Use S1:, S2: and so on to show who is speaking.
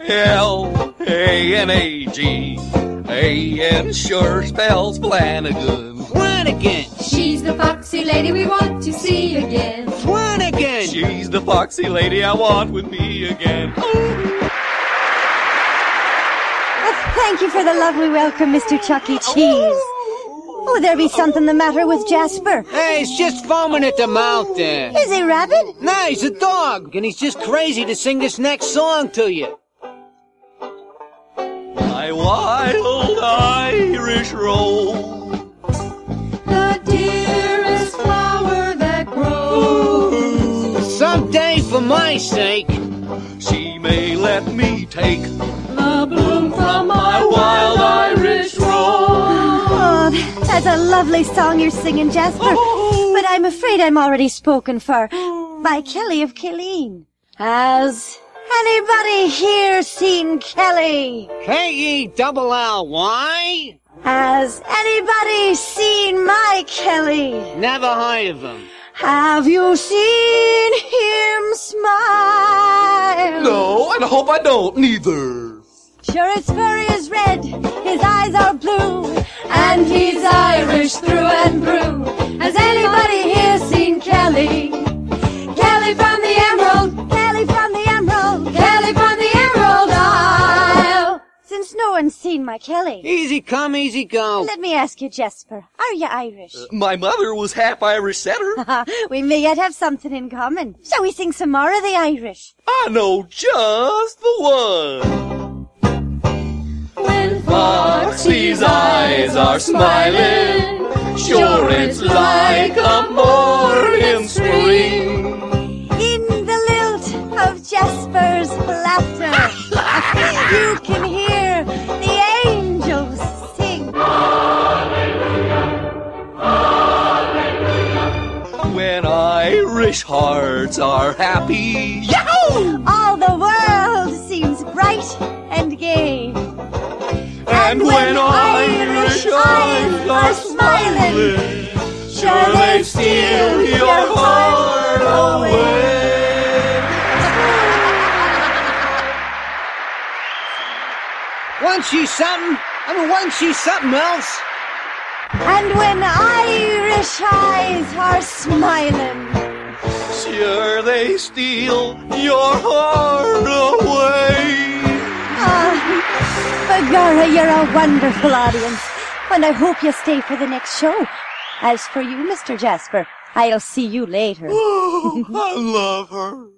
S1: L A N A G. A N sure spells Flanagan.
S2: Flanagan!
S3: She's the foxy lady we want to see again.
S2: Flanagan!
S1: She's the foxy lady I want with me again.
S4: Oh, thank you for the lovely welcome, Mr. Chuck E. Cheese. Oh, there be something the matter with Jasper.
S2: Hey, he's just foaming at the mouth there.
S4: Is he rabid?
S2: No, he's a dog, and he's just crazy to sing this next song to you.
S1: My wild Irish roll.
S3: The dearest flower that grows.
S2: Someday, for my sake,
S1: She may let me take
S3: The bloom from my wild Irish rose.
S4: Oh, that's a lovely song you're singing, Jasper. But I'm afraid I'm already spoken for by Kelly of Killeen. Has anybody here seen Kelly?
S2: E K-E-double-L-Y,
S4: Has anybody seen my Kelly?
S2: never heard of him.
S4: Have you seen him smile?
S1: No, and I hope I don't neither.
S4: Sure, his fur is red, his eyes are blue.
S3: And he's Irish through and through. Has anybody here seen Kelly? Kelly from the Emerald.
S4: Kelly from the Emerald.
S3: Kelly from the Emerald Isle.
S4: Since no one's seen my Kelly,
S2: Easy come, easy go.
S4: let me ask you, Jasper, are you Irish?
S1: My mother was half Irish setter.
S4: Ah, we may yet have something in common. Shall we sing some more of the Irish?
S1: I know just the one.
S3: When Foxy's eyes are smiling, sure it's like a morning spring.
S4: In the lilt of Jasper's laughter, you can hear the angels sing.
S1: When Irish hearts are happy.
S4: All the world seems bright and gay.
S1: And when Irish eyes are smiling, sure they steal your heart away.
S2: Once she's something, I mean, once she's something else.
S4: And when Irish eyes are smiling,
S1: Sure they steal your heart away.
S4: ah, Bagara, you're a wonderful audience, and I hope you stay for the next show. As for you, Mr. Jasper, I'll see you later.
S1: Oh, I love her.